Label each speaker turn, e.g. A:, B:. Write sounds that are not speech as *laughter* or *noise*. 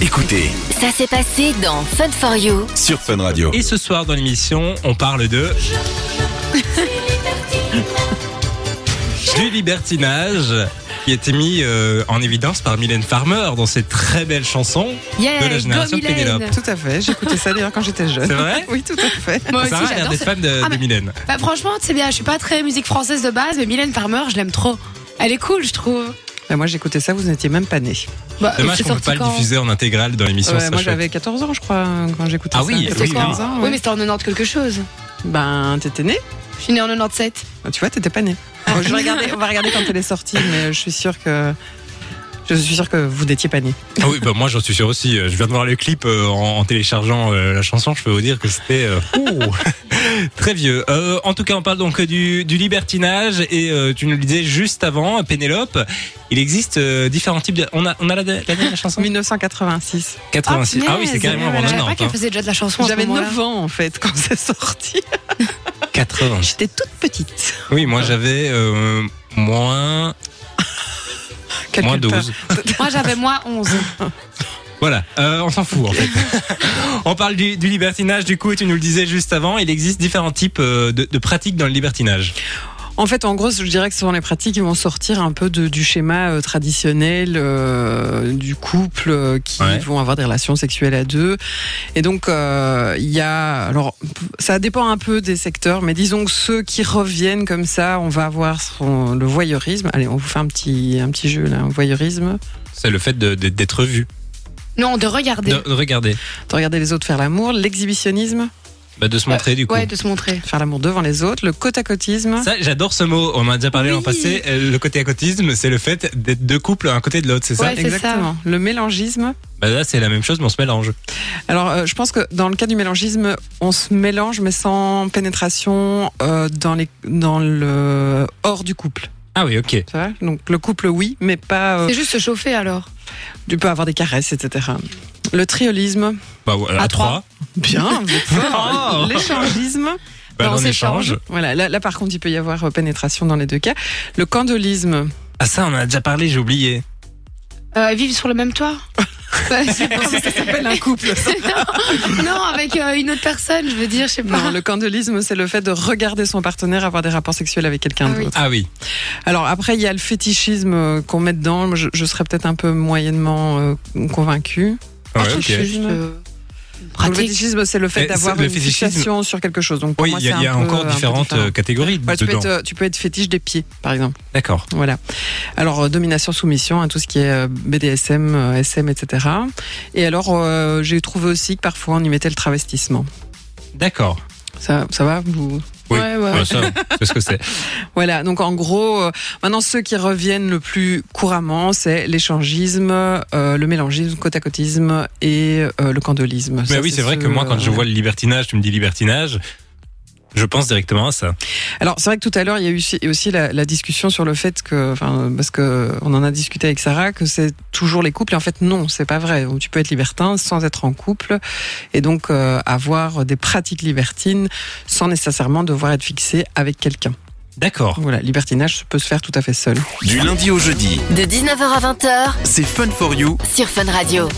A: écoutez
B: Ça s'est passé dans Fun for You.
A: sur Fun Radio.
C: Et ce soir dans l'émission, on parle
D: *laughs*
C: de. du libertinage qui a été mis euh, en évidence par Mylène Farmer dans cette très belle chanson.
D: Yeah,
C: De la génération
D: go Mylène.
C: Pénélope.
E: Tout à fait, j'écoutais ça d'ailleurs quand j'étais jeune.
C: C'est vrai
E: Oui, tout à fait.
D: Moi aussi,
C: Sarah a l'air
D: j'adore.
C: d'être
D: ça.
C: fan de,
D: Ah,
C: de
D: mais-
C: Mylène.
D: Bah, franchement, c'est bien, je suis pas très musique française de base, mais Mylène Farmer, je l'aime trop. Elle est cool, je trouve.
E: Bah, moi j'écoutais ça, vous n'étiez même pas nés.
D: Bah,
C: Dommage
D: c'est
C: qu'on ne peut
D: sorti
C: pas
D: quand
C: le diffuser en intégrale dans l'émission.
E: Ouais,
C: ça
E: moi
C: chouette.
E: j'avais 14 ans, je crois, quand j'écoutais
C: Ah
E: ça.
C: oui,
D: C'était
C: oui,
D: 15
C: oui.
D: ans, oui. mais c'était en 90 quelque chose.
E: Ben, t'étais né
D: Je suis née en 97.
E: Bah, Tu vois, t'étais pas né. Bon, je vais regarder- on va regarder quand elle est sortie, mais je suis sûre que. Je suis sûre que vous n'étiez pas né.
C: Ah oui, bah moi j'en suis sûr aussi. Je viens de voir le clip euh, en, en téléchargeant euh, la chanson. Je peux vous dire que c'était euh, ouh, *laughs* très vieux. Euh, en tout cas, on parle donc du, du libertinage et euh, tu nous le disais juste avant, Pénélope. Il existe euh, différents types. De... On a, on a la, la dernière chanson.
E: Ah, 1986.
C: 86. Ah, oui, c'est carrément avant
D: Je savais pas
C: Nantes.
D: qu'elle
C: Hein.
D: faisait déjà de la chanson. à ce
E: J'avais
D: moment-là.
E: 9 ans en fait quand c'est sorti.
C: 80.
E: J'étais toute petite.
C: Oui, moi j'avais euh, moins moins
E: Calcule pas.
C: 12.
E: *laughs*
D: Moi, j'avais moi 11.
C: Voilà, euh, on s'en fout en fait. *laughs* on parle du, du libertinage du coup et tu nous le disais juste avant. Il existe différents types euh, de, de pratiques dans le libertinage.
E: En fait, en gros, je dirais que ce sont les pratiques qui vont sortir un peu de- du schéma euh, traditionnel euh, du couple euh, qui
C: Ouais.
E: vont avoir des relations sexuelles à deux. Et donc, euh, il y a. Alors, p- ça dépend un peu des secteurs, mais disons que ceux qui reviennent comme ça, on va avoir son- le voyeurisme. Allez, on vous fait un petit, un petit jeu là, un voyeurisme.
C: C'est le fait de- de- d'être vu.
D: Non, de regarder.
C: De, de regarder,
E: De regarder les autres faire l'amour, l'exhibitionnisme,
C: bah, de se montrer du coup.
D: Ouais, de se montrer.
E: faire l'amour devant les autres, le côte-à-côtisme.
C: Ça, j'adore ce mot. On en a déjà parlé l'an
D: Oui.
C: passé. Euh, Le côté acotisme, c'est le fait d'être deux couples un côté de l'autre, c'est ça
D: Ouais. c'est ça.
E: Exactement. Le mélangisme.
C: Bah là, c'est la même chose, mais on se mélange.
E: Alors, euh, je pense que dans le cas du mélangisme, on se mélange, mais sans pénétration euh, dans, les, dans le hors du couple.
C: Ah oui, ok.
E: tu vois. Donc, le couple, oui, mais pas.
C: Oh.
E: euh,
D: C'est juste se chauffer alors.
E: tu peux avoir des caresses, etc. Le triolisme,
C: Bah, voilà,
D: À
C: à trois.
E: *laughs* bien, vous êtes fort. *laughs*
C: Oh.
E: L'échangisme,
C: Bah,
D: Bah, on
C: on échange.
D: s'échange.
E: voilà. Là, là, par contre, il peut y avoir euh, pénétration dans les deux cas. Le *laughs* candolisme,
C: Ah, ça, on en a déjà parlé, j'ai oublié.
D: Euh, vivre sur le même toit. Bah, c'est-
E: ça s'appelle un couple. ça.
D: *laughs* non, avec euh, une autre personne, je veux dire, je sais pas.
C: Ah,
E: Non, le candolisme, c'est le fait de regarder son partenaire avoir des rapports sexuels avec quelqu'un
D: Ah
E: d'autre.
D: oui.
C: Ah oui.
E: Alors après, il y a le fétichisme euh, qu'on met dedans. Moi, Je, je serais peut-être un peu moyennement euh, convaincue.
C: Ouais, ok.
D: Ah, Juste, euh,
E: Donc, le
D: pratique.
E: fétichisme, c'est le
C: Mais
E: fait d'avoir
C: Eh, c'est- le
E: une
C: fétichisme-
E: fixation sur quelque chose. Donc pour
C: Oui,
E: moi,
C: il y a,
E: c'est
C: il y a
E: un peu-
C: encore
E: un peu
C: différentes
E: différent.
C: euh, catégories
E: Voilà, tu, peux
C: dedans.
E: être, euh, tu peux être fétiche des pieds, par exemple.
C: D'accord.
E: Voilà. Alors, euh, domination, soumission, hein, tout ce qui est euh, BDSM, euh, SM, etc. Et alors, euh, j'ai trouvé aussi que parfois, on y mettait le travestissement.
C: D'accord.
E: Ça, ça va vous...
C: Oui.
D: Ouais, ouais.
C: Bah, ça, c'est ce que c'est.
E: Voilà, donc en gros, euh, maintenant ceux qui reviennent le plus couramment, c'est l'échangisme, euh, le mélangisme, côte-à-côtisme et euh, le candolisme.
C: Mais oui, c'est vrai que moi, quand je vois le libertinage, tu me dis libertinage, je pense directement à ça.
E: Alors c'est vrai que tout à l'heure, il y a eu aussi- aussi la, la discussion sur le fait que, enfin, parce que on en a discuté avec Sarah, que c'est toujours les couples. Et en fait, non, c'est pas vrai. Tu peux être libertin sans être en couple et donc euh, avoir des pratiques libertines sans nécessairement devoir être fixé avec quelqu'un.
C: D'accord.
E: Voilà, libertinage peut se faire tout à fait seul.
A: Du lundi au jeudi,
B: De 19h à 20h
A: c'est Fun for You
B: sur Fun Radio.